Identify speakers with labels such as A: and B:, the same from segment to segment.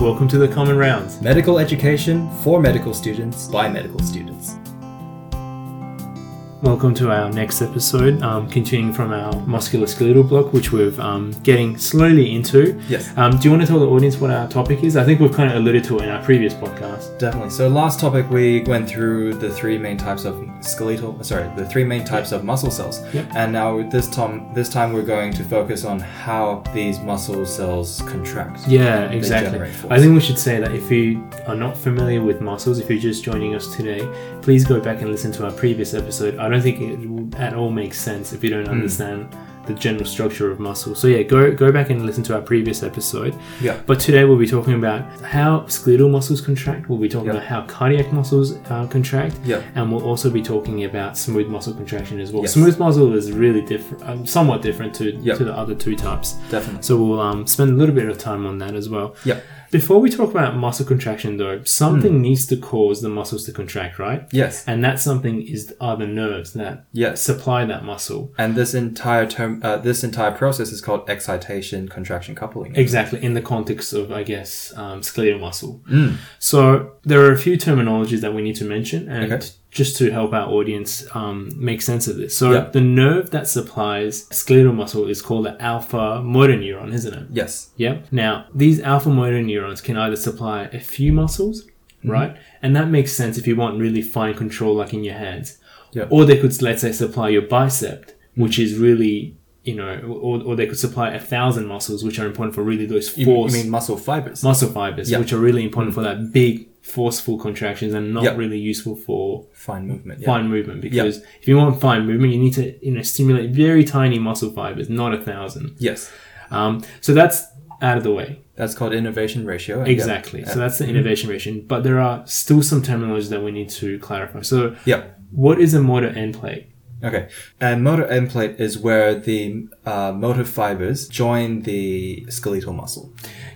A: Welcome to the Common Rounds.
B: Medical education for medical students by medical students.
A: Welcome to our next episode, um, continuing from our musculoskeletal block, which we're um, getting slowly into.
B: Yes,
A: Um, do you want to tell the audience what our topic is? I think we've kind of alluded to it in our previous podcast.
B: definitely. So last topic we went through the three main types of skeletal, sorry, the three main types of muscle cells.
A: Yep.
B: And now this time this time we're going to focus on how these muscle cells contract.
A: Yeah,
B: They
A: exactly.
B: generate force.
A: I think we should say that if you are not familiar with muscles, if you're just joining us today, please go back and listen to our previous episode. I don't think it will at all makes sense if you don't understand the general structure of muscle. So yeah, go go back and listen to our previous episode.
B: Yeah.
A: But today we'll be talking about how skeletal muscles contract. We'll be talking
B: Yep.
A: about how cardiac muscles uh, contract.
B: Yep.
A: And we'll also be talking about smooth muscle contraction as well.
B: Yes.
A: Smooth muscle is really different, um, somewhat different to,
B: Yep.
A: to the other two types.
B: Definitely.
A: So we'll um, spend a little bit of time on that as well.
B: Yep.
A: Before we talk about muscle contraction, though, something needs to cause the muscles to contract, right?
B: Yes.
A: And that something is are the nerves that
B: Yes.
A: supply that muscle.
B: And this entire term, uh, this entire process is called excitation contraction coupling.
A: Exactly, in the context of, I guess, um, skeletal muscle.
B: Mm.
A: So there are a few terminologies that we need to mention, and
B: Okay.
A: just to help our audience um, make sense of this. So
B: Yeah.
A: the nerve that supplies skeletal muscle is called the alpha motor neuron, isn't it?
B: yes.
A: Yeah. Now, these alpha motor neurons can either supply a few muscles,
B: Mm-hmm.
A: right? And that makes sense if you want really fine control, like in your hands.
B: Yeah.
A: Or they could, let's say, supply your bicep, which is really, you know, or, or they could supply a thousand muscles, which are important for really those
B: You, you
A: force
B: mean muscle fibers?
A: muscle fibers,
B: Yeah. Mm.
A: which are really important for that big forceful contractions and not
B: Yeah.
A: really useful for
B: Fine movement. Yeah.
A: fine movement because if you want fine movement you need to you know stimulate very tiny muscle fibers not a thousand
B: Yes.
A: um, so that's out of the way
B: That's called innovation ratio. and yeah. Mm-hmm.
A: Exactly. So that's the innovation ratio. But there are still some terminology that we need to clarify. So,
B: Yeah.
A: what is a motor end plate?
B: Okay. And motor end plate is where the uh, motor fibers join the skeletal muscle.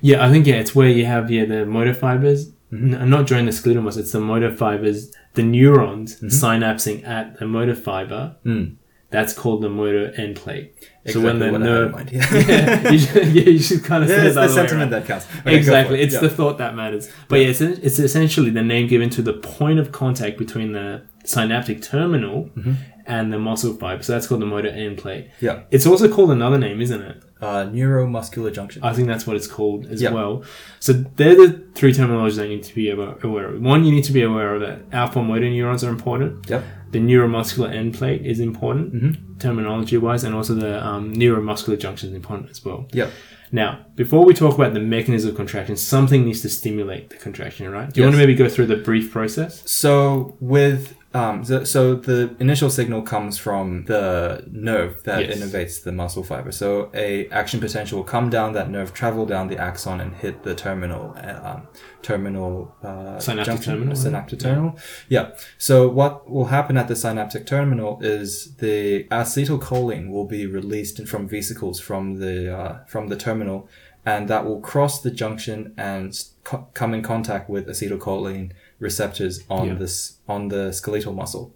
A: Yeah, I think yeah, it's where you have yeah the motor fibers,
B: Mm-hmm.
A: n- not during the skeletal muscle. It's the motor fibers, the neurons
B: Mm-hmm.
A: synapsing at the motor fiber.
B: Mm.
A: That's called the motor end plate.
B: Exactly
A: so when the
B: what I had in
A: nerve,
B: mind, yeah.
A: yeah, you should, yeah, you should kind of say
B: it's
A: it that
B: the
A: other way
B: sentiment
A: around.
B: that counts. Okay, go for
A: exactly,
B: it.
A: it's
B: Yeah.
A: the thought that matters. But yeah, it's, it's essentially the name given to the point of contact between the synaptic terminal
B: Mm-hmm.
A: and the muscle fiber. So that's called the motor end plate.
B: yeah
A: It's also called another name, isn't it?
B: uh, neuromuscular junction.
A: I think that's what it's called as
B: Yeah.
A: well. So they're the three terminologies that you need to be aware aware of. One, you need to be aware of that alpha motor neurons are important.
B: yep.
A: The neuromuscular end plate is important,
B: Mm-hmm.
A: terminology wise, and also the um, neuromuscular junction is important as well.
B: Yep.
A: Now, before we talk about the mechanism of contraction, something needs to stimulate the contraction, right? Do you
B: Yes.
A: want to maybe go through the brief process?
B: So with um, so, so the initial signal comes from the nerve that
A: Yes.
B: innervates the muscle fiber. So a action potential will come down that nerve, travel down the axon, and hit the terminal uh, um, terminal uh,
A: Synaptic terminal, yeah.
B: Synaptic terminal. Yeah. So what will happen at the synaptic terminal is the acetylcholine will be released from vesicles from the uh, from the terminal, and that will cross the junction and s- co- come in contact with acetylcholine receptors on
A: Yeah. Mm-hmm.
B: this on the skeletal muscle.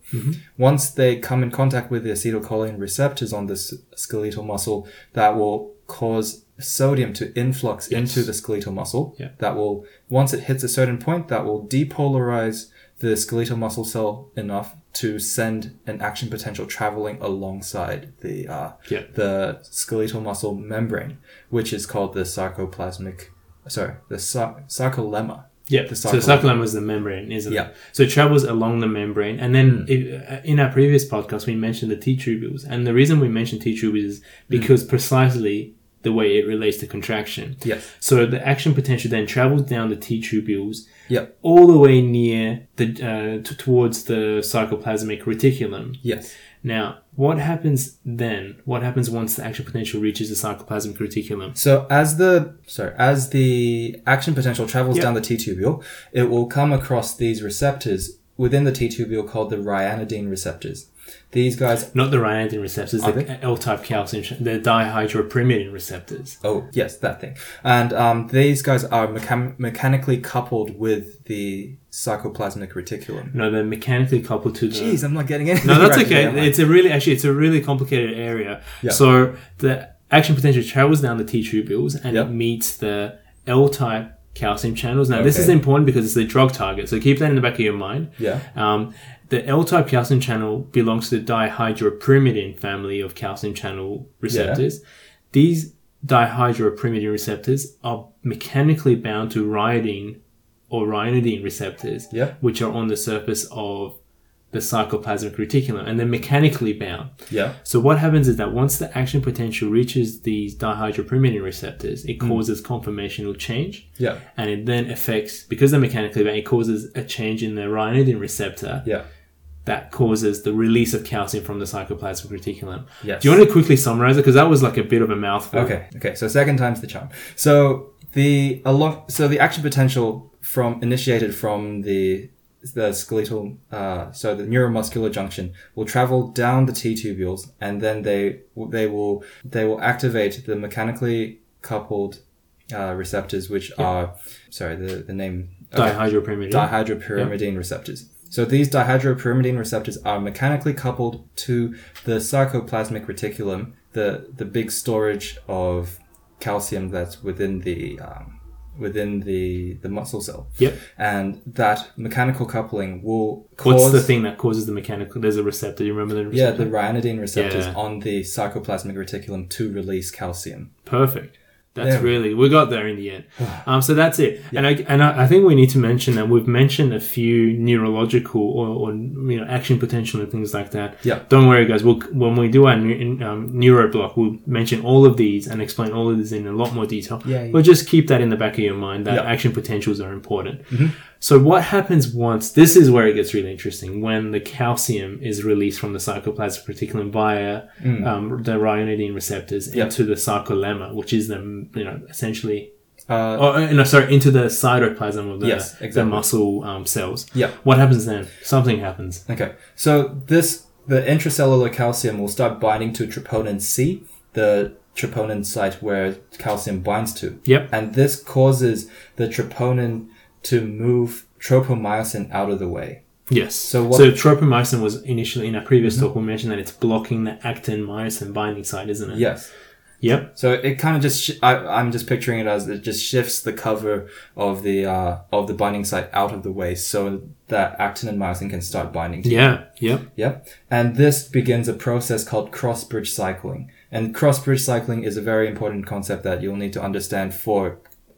B: Once they come in contact with the acetylcholine receptors on this skeletal muscle, that will cause sodium to influx into the skeletal muscle.
A: Yeah.
B: That will once it hits a certain point, that will depolarize the skeletal muscle cell enough to send an action potential traveling alongside the uh,
A: Yeah.
B: the skeletal muscle membrane, which is called the sarcoplasmic. Sorry, the sar- sarcolemma.
A: Yeah.
B: The
A: so the
B: sarcolemma.
A: sarcolemma is the membrane, isn't
B: Yeah. Mm.
A: it? So it travels along the membrane, and then it, uh, in our previous podcast we mentioned the T tubules, and the reason we mentioned T tubules
B: Mm.
A: is because precisely the way it relates to contraction.
B: Yes.
A: So the action potential then travels down the T tubules
B: Yep.
A: all the way near the uh, t- towards the sarcoplasmic reticulum.
B: Yes.
A: Now, what happens then? What happens once the action potential reaches the sarcoplasmic reticulum?
B: So as the sorry, as the action potential travels down the T tubule, it will come across these receptors within the T tubule called the ryanodine receptors. These guys
A: Not the ryanodin receptors,
B: they?
A: the L-type calcium, ch- the dihydropyrimidine receptors.
B: Oh yes, that thing. And um, these guys are mechan- mechanically coupled with the sarcoplasmic reticulum.
A: No, they're mechanically coupled to the.
B: Jeez, I'm not getting anything.
A: No, that's
B: right today,
A: okay.
B: am I?
A: It's a really actually it's a really complicated area.
B: Yeah.
A: So the action potential travels down the T tubules and
B: Yeah.
A: it meets the L-type calcium channels. Now, this
B: Okay.
A: is important because it's the drug target, so keep that in the back of your mind.
B: Yeah.
A: Um, the L-type calcium channel belongs to the dihydropyrimidine family of calcium channel receptors. These dihydropyrimidine receptors are mechanically bound to ryanine or ryanidine receptors,
B: Yeah.
A: which are on the surface of the cycloplasmic reticulum, and they're mechanically bound.
B: Yeah.
A: So what happens is that once the action potential reaches these dihydropyrimidine receptors, it causes conformational change,
B: Mm. Yeah.
A: and it then affects because they're mechanically bound. It causes a change in the ryanidine receptor
B: Yeah.
A: that causes the release of calcium from the cycloplasmic reticulum.
B: Yes.
A: Do you want to quickly summarize it because that was like a bit of a mouthful?
B: Okay. Okay. So second time's the charm. So the a lot. So the action potential from initiated from the the skeletal, uh, so the neuromuscular junction will travel down the T tubules, and then they they will they will activate the mechanically coupled uh, receptors, which are sorry the the name okay.
A: Dihydropyrimidine.
B: dihydropyrimidine receptors. So these dihydropyrimidine receptors are mechanically coupled to the sarcoplasmic reticulum, the the big storage of calcium that's within the um, within the the muscle cell.
A: Yep.
B: And that mechanical coupling will cause
A: What's the thing that causes the mechanical? There's a receptor. You remember the
B: yeah
A: receptor?
B: the ryanidine receptors
A: Yeah.
B: on the sarcoplasmic reticulum to release calcium.
A: Perfect. That's
B: There we
A: really we got there in the end. Um, so that's it. And I and I, I think we need to mention that we've mentioned a few neurological or, or you know action potential and things like that.
B: Yeah.
A: Don't worry, guys. We'll, when we do our new, um, neuro block, we'll mention all of these and explain all of these in a lot more detail.
B: Yeah, yeah.
A: But just keep that in the back of your mind that
B: Yeah. Mm-hmm.
A: action potentials are important. So what happens once? This is where it gets really interesting. When the calcium is released from the cycloplasmic reticulum via um, the ryanidine receptors
B: Mm. Yeah.
A: into the sarcolemma, which is the you know essentially,
B: Uh,
A: oh uh, no, sorry, into the cytoplasm of the,
B: Yes,
A: the
B: exactly.
A: muscle um, cells.
B: Yeah.
A: What happens then? Something happens.
B: Okay, so this the intracellular calcium will start binding to troponin C, the troponin site where calcium binds to.
A: Yep.
B: And this causes the troponin to move tropomyosin out of the way.
A: Yes.
B: So what- Mm-hmm.
A: so tropomyosin was initially in our previous talk. We mentioned that it's blocking the actin myosin binding site, isn't it?
B: Yes.
A: Yep.
B: So it kind of just sh- I, I'm just picturing it as it just shifts the cover of the uh, of the binding site out of the way so that actin and myosin can start binding. to
A: Yeah. Yep.
B: Yep. And this begins a process called cross bridge cycling. And cross bridge cycling is a very important concept that you'll need to understand for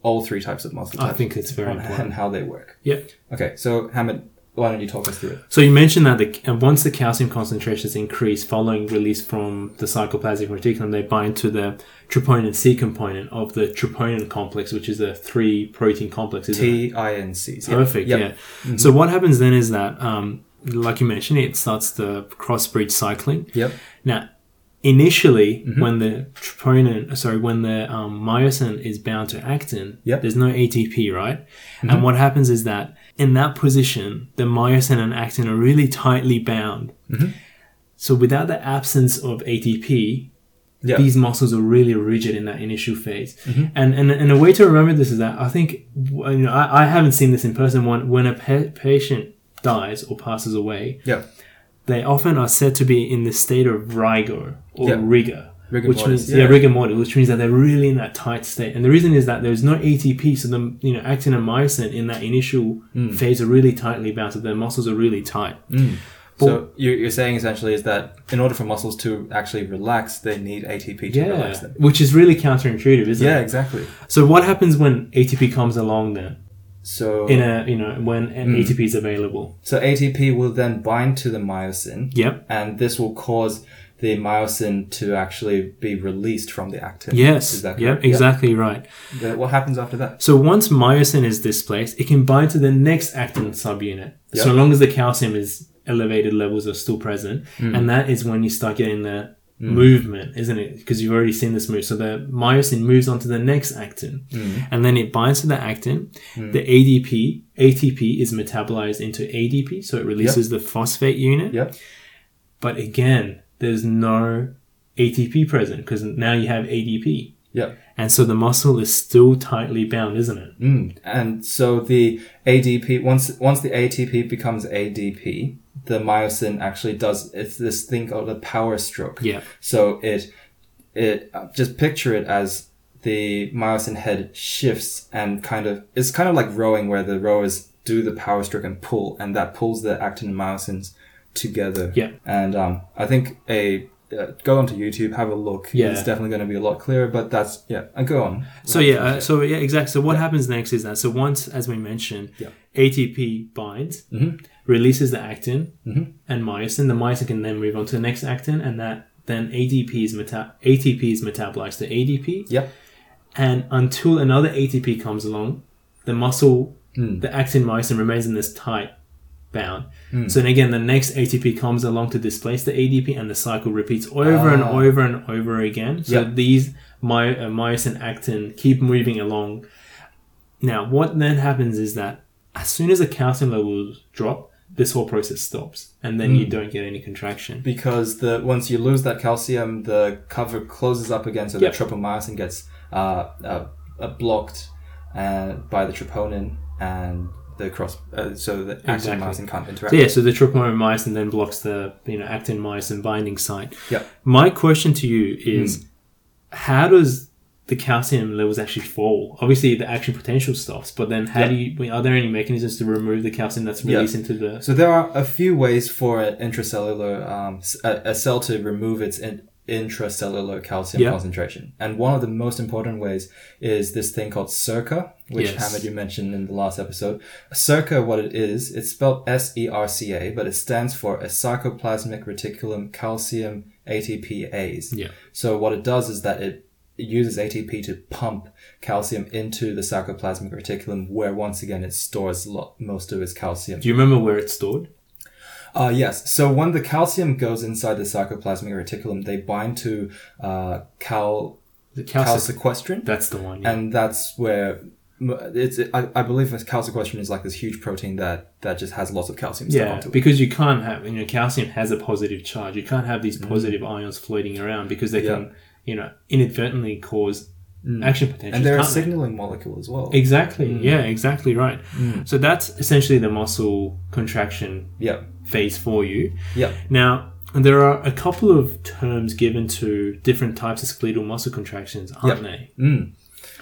B: all three types of muscle
A: I
B: types
A: think it's very
B: and,
A: important.
B: and how they work.
A: Yep.
B: Okay, so Hamid, why don't you talk us through it?
A: So you mentioned that the, uh, once the calcium concentrations increase following release from the cycloplasmic reticulum, they bind to the troponin C component of the troponin complex, which is a three protein complex. Isn't it?
B: T I N C.
A: Perfect. Yeah. So what happens then is that, um, like you mentioned, it starts the cross bridge cycling.
B: Yep.
A: Now, initially,
B: Mm-hmm.
A: when the troponin, sorry, when the um, myosin is bound to actin,
B: Yep. Mm-hmm.
A: there's no ATP, right? And what happens is that in that position, the myosin and actin are really tightly bound.
B: Mm-hmm.
A: So without the absence of ATP,
B: Yeah. Mm-hmm.
A: these muscles are really rigid in that initial phase. And, and and a way to remember this is that I think you know, I, I haven't seen this in person. When when a pa- patient dies or passes away,
B: Yeah.
A: they often are said to be in the state of rigor or
B: Yeah.
A: rigor.
B: Rigor
A: which
B: mortis,
A: means yeah.
B: yeah.
A: rigor mortis, which means that they're really in that tight state, and the reason is that there's no ATP, so the you know actin and myosin in that initial
B: Hmm.
A: phase are really tightly bound, so their muscles are really tight.
B: So you- you're saying essentially is that in order for muscles to actually relax, they need ATP to
A: Yeah,
B: relax them.
A: which is really counterintuitive, isn't
B: Yeah,
A: it?
B: exactly.
A: So what happens when ATP comes along then?
B: So
A: In a you know when
B: Hmm.
A: an ATP is available.
B: so ATP will then bind to the myosin.
A: Yep.
B: and this will cause the myosin to actually be released from the actin.
A: Yes.
B: Is that
A: yep.
B: correct?
A: Exactly right.
B: Yeah. Then What happens after that?
A: So once myosin is displaced, it can bind to the next actin subunit.
B: Yeah.
A: So long as the calcium is elevated levels are still present, and that is when you start getting the movement, isn't it? Because you've already seen this move. So the myosin moves on to the next actin, and then it binds to the actin. The ADP, ATP is metabolized into ADP, so it releases the phosphate unit.
B: Yep.
A: But again, there's no ATP present because now you have ADP.
B: Yep.
A: And so the muscle is still tightly bound, isn't it?
B: Mm. And so the ADP once once the ATP becomes ADP, the myosin actually does it's this thing called a power stroke.
A: Yeah.
B: So it it just picture it as the myosin head shifts and kind of it's kind of like rowing where the rowers do the power stroke and pull and that pulls the actin and myosins together
A: Yeah.
B: and um, i think a uh, go onto youtube have a look
A: Yeah.
B: it's definitely going to be a lot clearer but that's yeah and go on
A: So yeah, uh, so yeah, exactly. So what happens next is that so once, as we mentioned,
B: Yeah.
A: ATP binds,
B: Mhm.
A: releases the actin
B: Mhm.
A: and myosin. The myosin can then move on to the next actin, and that then ADP is meta- ATP is metabolized to ADP,
B: yeah
A: and until another ATP comes along, the muscle,
B: Mm.
A: the actin myosin remains in this tight bound.
B: Hmm.
A: So then again, the next ATP comes along to displace the ADP, and the cycle repeats over and
B: Ah.
A: over and over again. So
B: Yep.
A: these my, uh, myosin actin keep moving along. Now, what then happens is that as soon as the calcium levels drop, this whole process stops, and then
B: Hmm.
A: you don't get any contraction.
B: because the once you lose that calcium, the cover closes up again, so
A: Yep.
B: the tropomyosin gets uh, uh, uh, blocked uh, by the troponin and the cross, uh, so the actin and
A: Exactly.
B: myosin can't interact.
A: So yeah, so the tropomyosin then blocks the you know actin myosin binding site.
B: Yep.
A: My question to you is,
B: Hmm.
A: how does the calcium levels actually fall? Obviously, the action potential stops, but then how do you? Are there any mechanisms to remove the calcium that's
B: Yeah.
A: released into the?
B: So there are a few ways for an intracellular um, s- a, a cell to remove its in, intracellular calcium
A: Yeah.
B: concentration, and one of the most important ways is this thing called Circa, which
A: Yes.
B: Hamid you mentioned in the last episode. Circa, what it is, it's spelled S E R C A, but it stands for a sarcoplasmic reticulum calcium ATPase.
A: Yeah.
B: So what it does is that it it uses ATP to pump calcium into the sarcoplasmic reticulum, where once again it stores lot, most of its calcium.
A: Do you remember where it's stored?
B: Uh, yes. So when the calcium goes inside the sarcoplasmic reticulum, they bind to uh, cal
A: The calcium.
B: calsequestrin,
A: That's the one. Yeah.
B: and that's where m- it's. I, I believe that calsequestrin is like this huge protein that that just has lots of calcium stuck
A: yeah,
B: onto it.
A: because you can't have you know calcium has a positive charge. You can't have these positive ions floating around because they
B: Hmm. Yeah. Hmm.
A: can you know inadvertently cause action potential.
B: And they're a signaling molecule as well.
A: Exactly. Yeah, exactly right. So that's essentially the muscle contraction
B: yeah.
A: phase for you.
B: Yeah.
A: Now, there are a couple of terms given to different types of skeletal muscle contractions, aren't they?
B: Mm.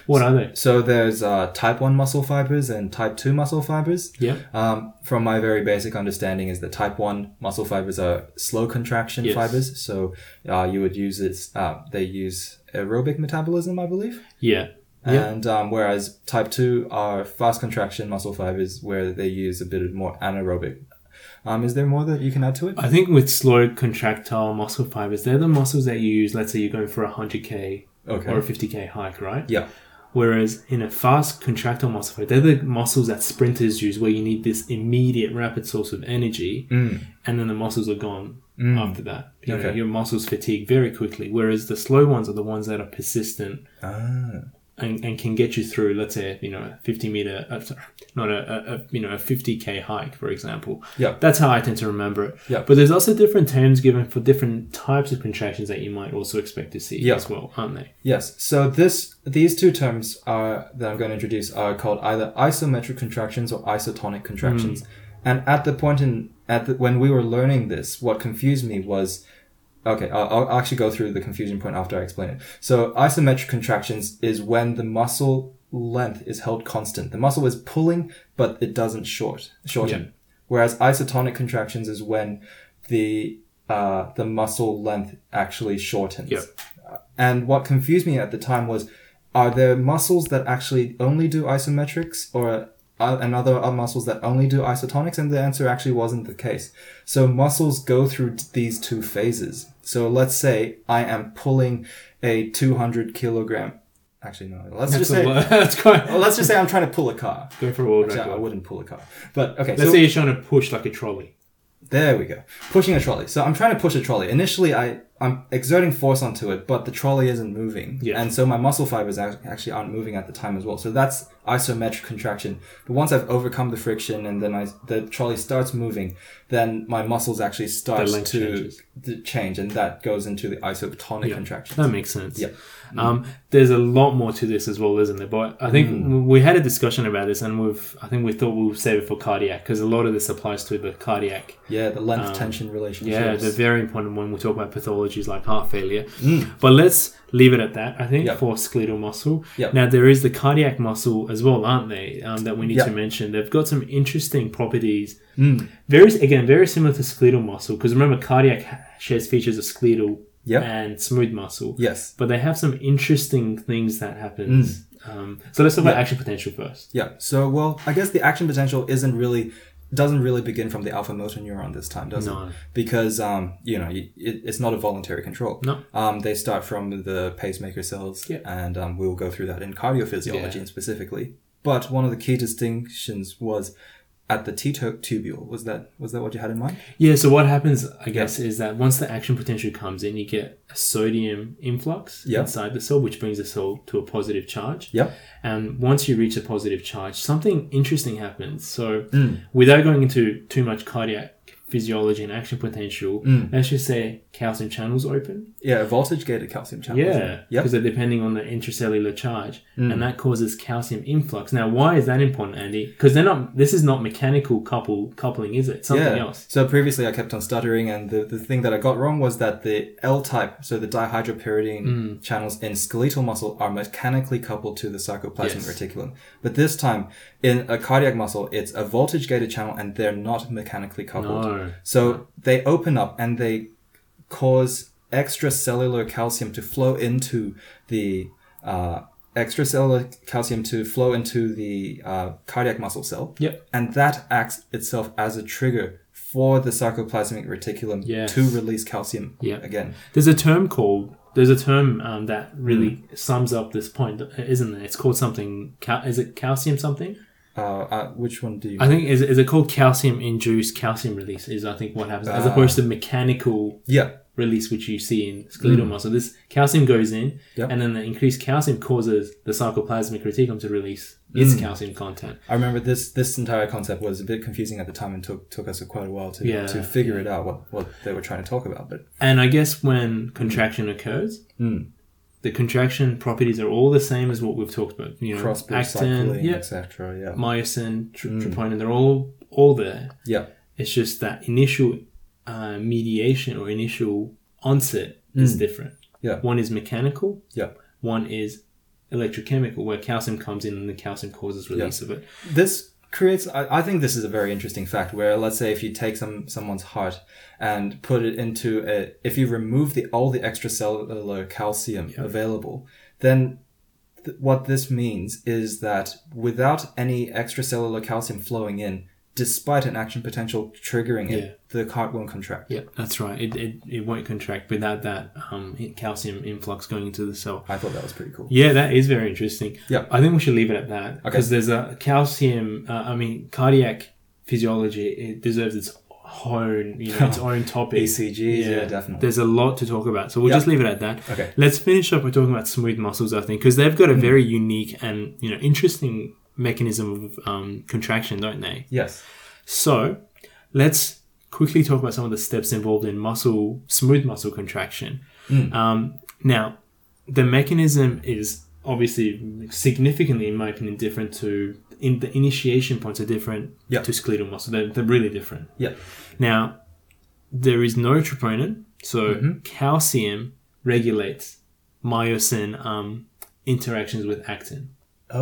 A: What are they?
B: So there's uh, type one muscle fibers and type two muscle fibers.
A: Yeah.
B: Um, from my very basic understanding, is that type one muscle fibers are slow contraction
A: Yes.
B: fibers. So uh, you would use its. Uh, they use aerobic metabolism, I believe.
A: Yeah. Yeah.
B: And um, whereas type two are fast contraction muscle fibers, where they use a bit of more anaerobic. Um, is there more that you can add to it?
A: I think with slow contractile muscle fibers, they're the muscles that you use. Let's say you're going for a 100k
B: Okay.
A: or a 50k hike, right?
B: yeah.
A: Whereas in a fast contractile muscle fiber, they're the muscles that sprinters use where you need this immediate, rapid source of energy.
B: Mm.
A: and then the muscles are gone after that. You know,
B: Okay.
A: your muscles fatigue very quickly, whereas the slow ones are the ones that are persistent
B: Ah.
A: and, and can get you through, let's say, you know, a 50 meter, uh, sorry, not a, a, a, you know, a 50k hike, for example.
B: Yeah.
A: That's how I tend to remember it.
B: Yeah.
A: But there's also different terms given for different types of contractions that you might also expect to see
B: Yeah.
A: as well, aren't they?
B: Yes. So this these two terms are that I'm going to introduce are called either isometric contractions or isotonic contractions. And at the point in at the, when we were learning this, what confused me was okay. I'll, I'll actually go through the confusion point after I explain it. So isometric contractions is when the muscle length is held constant. The muscle is pulling, but it doesn't short shorten. Whereas isotonic contractions is when the uh, the muscle length actually shortens.
A: Yep.
B: And what confused me at the time was, are there muscles that actually only do isometrics, or are, and other are muscles that only do isotonics? And the answer actually wasn't the case. So muscles go through t- these two phases. So let's say I am pulling a 200 kilogram. Actually, no. Let's
A: That's,
B: just say.
A: a lot. That's quite,
B: well, let's just say I'm trying to pull a car.
A: go for a world
B: Actually, I
A: record.
B: wouldn't pull a car. But okay,
A: Let's
B: so
A: say you're trying to push like a trolley.
B: there we go. Pushing a trolley. So I'm trying to push a trolley. Initially, I, I'm exerting force onto it, but the trolley isn't moving.
A: Yeah.
B: And so my muscle fibers ac- actually aren't moving at the time as well. So that's isometric contraction. But once I've overcome the friction and then I, the trolley starts moving, then my muscles actually start
A: length
B: to,
A: changes.
B: to change. And that goes into the isotonic contraction.
A: That makes sense.
B: Yeah.
A: Um, there's a lot more to this as well, isn't there? But I think
B: Mm.
A: we had a discussion about this, and we've I think we thought we'll save it for cardiac because a lot of this applies to the cardiac. um,
B: Yeah, the length tension relationship.
A: Yeah, the very important when we talk about pathology pathologies like heart failure.
B: Mm.
A: But let's leave it at that, I think,
B: Yep.
A: for skeletal muscle.
B: Yep.
A: Now, there is the cardiac muscle as well, aren't they? Um, that we need
B: Yep.
A: to mention. They've got some interesting properties.
B: Mm.
A: Very, again, very similar to skeletal muscle, because remember, cardiac ha- shares features of skeletal
B: Yep.
A: and smooth muscle.
B: Yes.
A: But they have some interesting things that happens. Um, so let's talk about
B: Mm. Yeah.
A: action potential first.
B: Yeah. So, well, I guess the action potential isn't really doesn't really begin from the alpha motor neuron this time, does
A: No.
B: it? Because um, you know, it, it's not a voluntary control.
A: No.
B: Um, they start from the pacemaker cells,
A: Yeah.
B: and um, we'll go through that in cardiophysiology
A: Yeah.
B: specifically. But one of the key distinctions was at the T-tubule. Was that was that what you had in mind?
A: Yeah, so what happens, I guess, is that once the action potential comes in, you get a sodium influx
B: Yeah.
A: inside the cell, which brings the cell to a positive charge.
B: Yeah.
A: And once you reach a positive charge, something interesting happens. So,
B: Mm.
A: without going into too much cardiac physiology and action potential,
B: Mm.
A: let's just say calcium channels open.
B: Yeah. Voltage gated calcium channel. isn't
A: Yeah,
B: it? Yep. Mm.
A: because they're depending on the intracellular charge, and that causes calcium influx. Now, why is that important, Andy? Because they're not. This is not mechanical couple coupling, is it? It's something
B: yeah.
A: else.
B: So previously I kept on stuttering, and the, the thing that I got wrong was that the L type, so the dihydropyridine
A: Mm.
B: channels in skeletal muscle, are mechanically coupled to the sarcoplasmic
A: Yes.
B: reticulum. But this time, in a cardiac muscle, it's a voltage gated channel, and they're not mechanically coupled.
A: No.
B: So they open up and they cause extracellular calcium to flow into the uh, extracellular calcium to flow into the uh, cardiac muscle cell.
A: Yep.
B: And that acts itself as a trigger for the sarcoplasmic reticulum
A: Yes.
B: to release calcium
A: Yep.
B: again.
A: There's a term called. There's a term um, that really
B: Hmm.
A: sums up this point, isn't there? It's called something. Cal- is it calcium something?
B: Uh, uh, which one do you?
A: I think is is it called calcium induced calcium release? Is I think what happens as opposed to
B: Ah.
A: mechanical
B: yeah.
A: release, which you see in skeletal muscle. This calcium goes in,
B: Hmm. Yep.
A: and then the increased calcium causes the sarcoplasmic reticulum to release
B: Hmm.
A: its calcium content.
B: I remember this. This entire concept was a bit confusing at the time, and took took us quite a while to,
A: Yeah.
B: to figure it out what, what they were trying to talk about. But
A: And I guess when contraction occurs,
B: Mm.
A: the contraction properties are all the same as what we've talked about. You know,
B: cross bridge
A: actin,
B: cycling,
A: yeah,
B: etc. Yeah.
A: myosin, tr- troponin, they're all all there.
B: Yeah.
A: It's just that initial uh, mediation or initial onset is different.
B: Yeah.
A: One is mechanical.
B: Yeah.
A: One is electrochemical, where calcium comes in and the calcium causes release of it.
B: this creates I, I think this is a very interesting fact where let's say if you take some someone's heart and put it into a if you remove the all the extracellular calcium available then th- what this means is that without any extracellular calcium flowing in despite an action potential triggering it the heart won't contract
A: Yeah, that's right. It, it, it won't contract without that um, calcium influx going into the cell.
B: i thought that was pretty cool
A: Yeah, that is very interesting.
B: Yeah.
A: I think we should leave it at that because there's a calcium. Uh, I mean, cardiac physiology it deserves its own, you know, its own topic.
B: ECGs, E yeah, definitely.
A: There's a lot to talk about, so we'll
B: Yeah.
A: just leave it at that.
B: Okay. Mm.
A: Let's finish up by talking about smooth muscles, I think, because they've got a very unique and you know interesting mechanism of um, contraction, don't they?
B: yes
A: So, let's quickly talk about some of the steps involved in muscle smooth muscle contraction. Um, now, the mechanism is obviously significantly, in my opinion, different to in the initiation points are different
B: Yeah.
A: to skeletal muscle. They're, they're really different.
B: yeah
A: Now, there is no troponin, so calcium regulates myosin um, interactions with actin.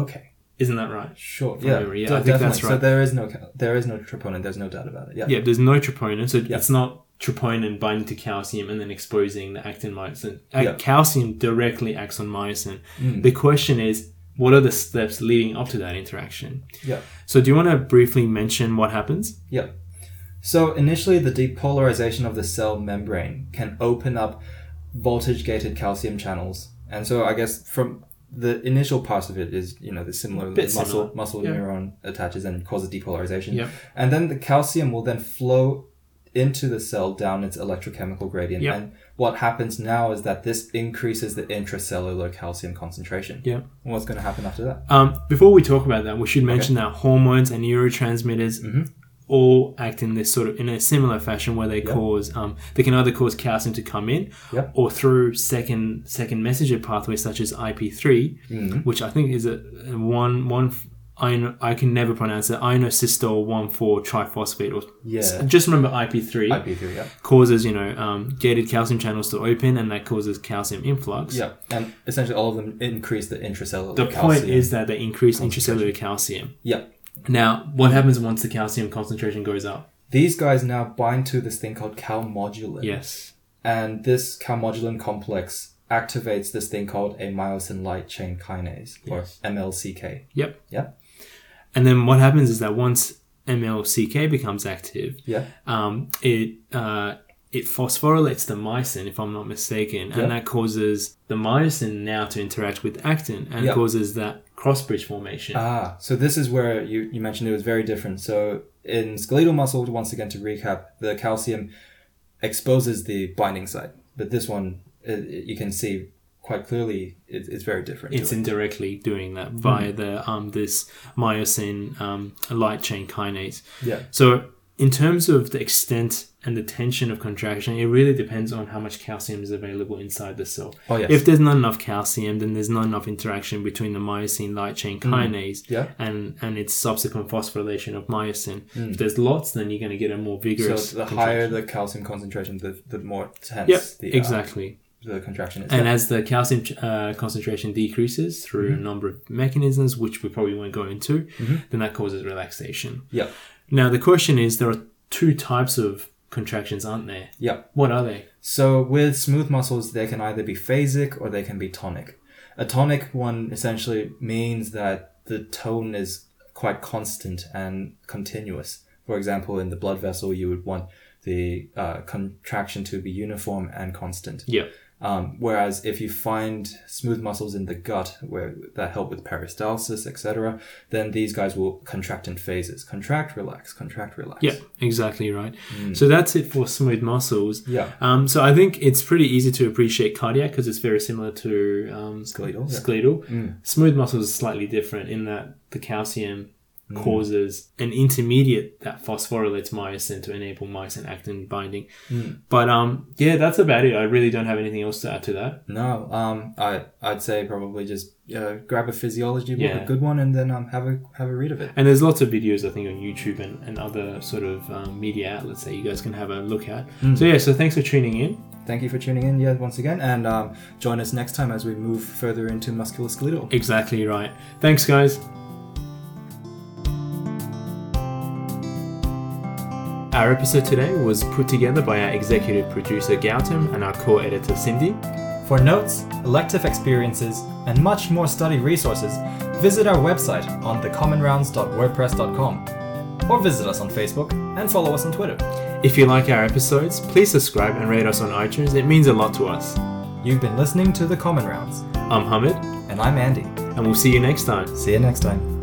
B: okay
A: Isn't that right?
B: sure
A: From
B: yeah,
A: memory, yeah,
B: de-
A: I think that's
B: so
A: right.
B: there is no cal- there is no troponin there's no doubt about it yeah
A: Yeah, there's no troponin, so it's not troponin binding to calcium and then exposing the actin myosin. Ac-
B: Yeah.
A: Calcium directly acts on myosin. The question is, what are the steps leading up to that interaction?
B: yeah
A: So, do you want to briefly mention what happens?
B: Yeah. So initially, the depolarization of the cell membrane can open up voltage-gated calcium channels, and so I guess from the initial part of it is you know the similar the
A: Bit
B: muscle
A: similar.
B: muscle
A: Yeah.
B: neuron attaches and causes depolarization,
A: Yep.
B: and then the calcium will then flow into the cell down its electrochemical gradient,
A: Yep.
B: and what happens now is that this increases the intracellular calcium concentration.
A: Yeah.
B: What's going to happen after that?
A: Um, before we talk about that, we should mention that hormones and neurotransmitters
B: Mm-hmm.
A: all act in this sort of in a similar fashion where they cause um, they can either cause calcium to come in
B: Yep.
A: or through second
B: Mm-hmm.
A: second messenger pathways such as IP 3 which I think is a a one one f- ino- I can never pronounce it. Inositol 1,4 triphosphate. Or
B: Yeah.
A: just remember IP3
B: IP3, yeah.
A: causes you know um, gated calcium channels to open, and that causes calcium influx.
B: Yeah. And essentially all of them increase the intracellular
A: The
B: calcium.
A: point is that they increase intracellular calcium.
B: Yeah.
A: Now, what happens once the calcium concentration goes up?
B: These guys now bind to this thing called calmodulin.
A: Yes.
B: And this calmodulin complex activates this thing called a myosin light chain kinase,
A: Yes.
B: or MLCK.
A: Yep.
B: Yeah.
A: And then what happens is that once MLCK becomes active,
B: Yeah.
A: um, it uh, it phosphorylates the myosin, if I'm not mistaken, and
B: Yeah.
A: that causes the myosin now to interact with actin and
B: Yeah.
A: causes that cross bridge formation.
B: Ah, so this is where you, you mentioned it was very different. So in skeletal muscle, once again to recap, the calcium exposes the binding site, but this one it, it- you can see quite clearly it, it's very different.
A: it's
B: to it. Hmm.
A: indirectly doing that via the um, this myosin um, light chain kinase.
B: yeah,
A: So, in terms of the extent and the tension of contraction, it really depends on how much calcium is available inside the cell.
B: Oh, yes.
A: If there's not enough calcium, then there's not enough interaction between the myosin light chain kinase
B: Mm. Yeah.
A: and, and its subsequent phosphorylation of myosin. If there's lots, then you're going to get a more
B: Mm. so
A: vigorous.
B: the higher the calcium concentration, the, the more tense
A: Yep,
B: the, uh,
A: exactly.
B: the contraction is.
A: And as the calcium ch- uh, concentration decreases through
B: Mm-hmm.
A: a number of mechanisms, which we probably won't go into, then that causes relaxation.
B: yeah,
A: Now, the question is there are two types of contractions, aren't there?
B: yeah.
A: What are they?
B: So with smooth muscles, they can either be phasic or they can be tonic. A tonic one essentially means that the tone is quite constant and continuous. For example, in the blood vessel, you would want the uh, contraction to be uniform and constant.
A: Yeah.
B: Um, whereas if you find smooth muscles in the gut where that help with peristalsis, etc., then these guys will contract in phases. Contract, relax, contract, relax.
A: Yeah, exactly right. So that's it for smooth muscles.
B: Mm. Yeah.
A: Um, so I think it's pretty easy to appreciate cardiac because it's very similar to um,
B: Skeletal, yeah. Mm.
A: Skeletal. Smooth muscles is slightly different in that the calcium
B: Mm.
A: causes an intermediate that phosphorylates myosin to enable myosin actin binding.
B: Mm.
A: But um, yeah, that's about it. I really don't have anything else to add to that.
B: No, um, I I'd say probably just uh, grab a physiology book,
A: Yeah.
B: a good one, and then um, have a have a read of it.
A: And there's lots of videos, I think, on YouTube and, and other sort of um, media outlets that you guys can have a look at. So, yeah, so thanks for tuning in.
B: Thank you for tuning in, yeah, once again, and um, join us next time as we move further into musculoskeletal.
A: Exactly right. Thanks, guys. Our episode today was put together by our executive producer Gautam and our core editor Cindy.
B: For notes, elective experiences, and much more study resources, visit our website on thecommonrounds.wordpress.com, or visit us on Facebook and follow us on Twitter.
A: If you like our episodes, please subscribe and rate us on iTunes. It means a lot to us.
B: You've been listening to the Common Rounds,
A: I'm Hamid,
B: and I'm Andy.
A: and we'll see you next time.
B: See you next time.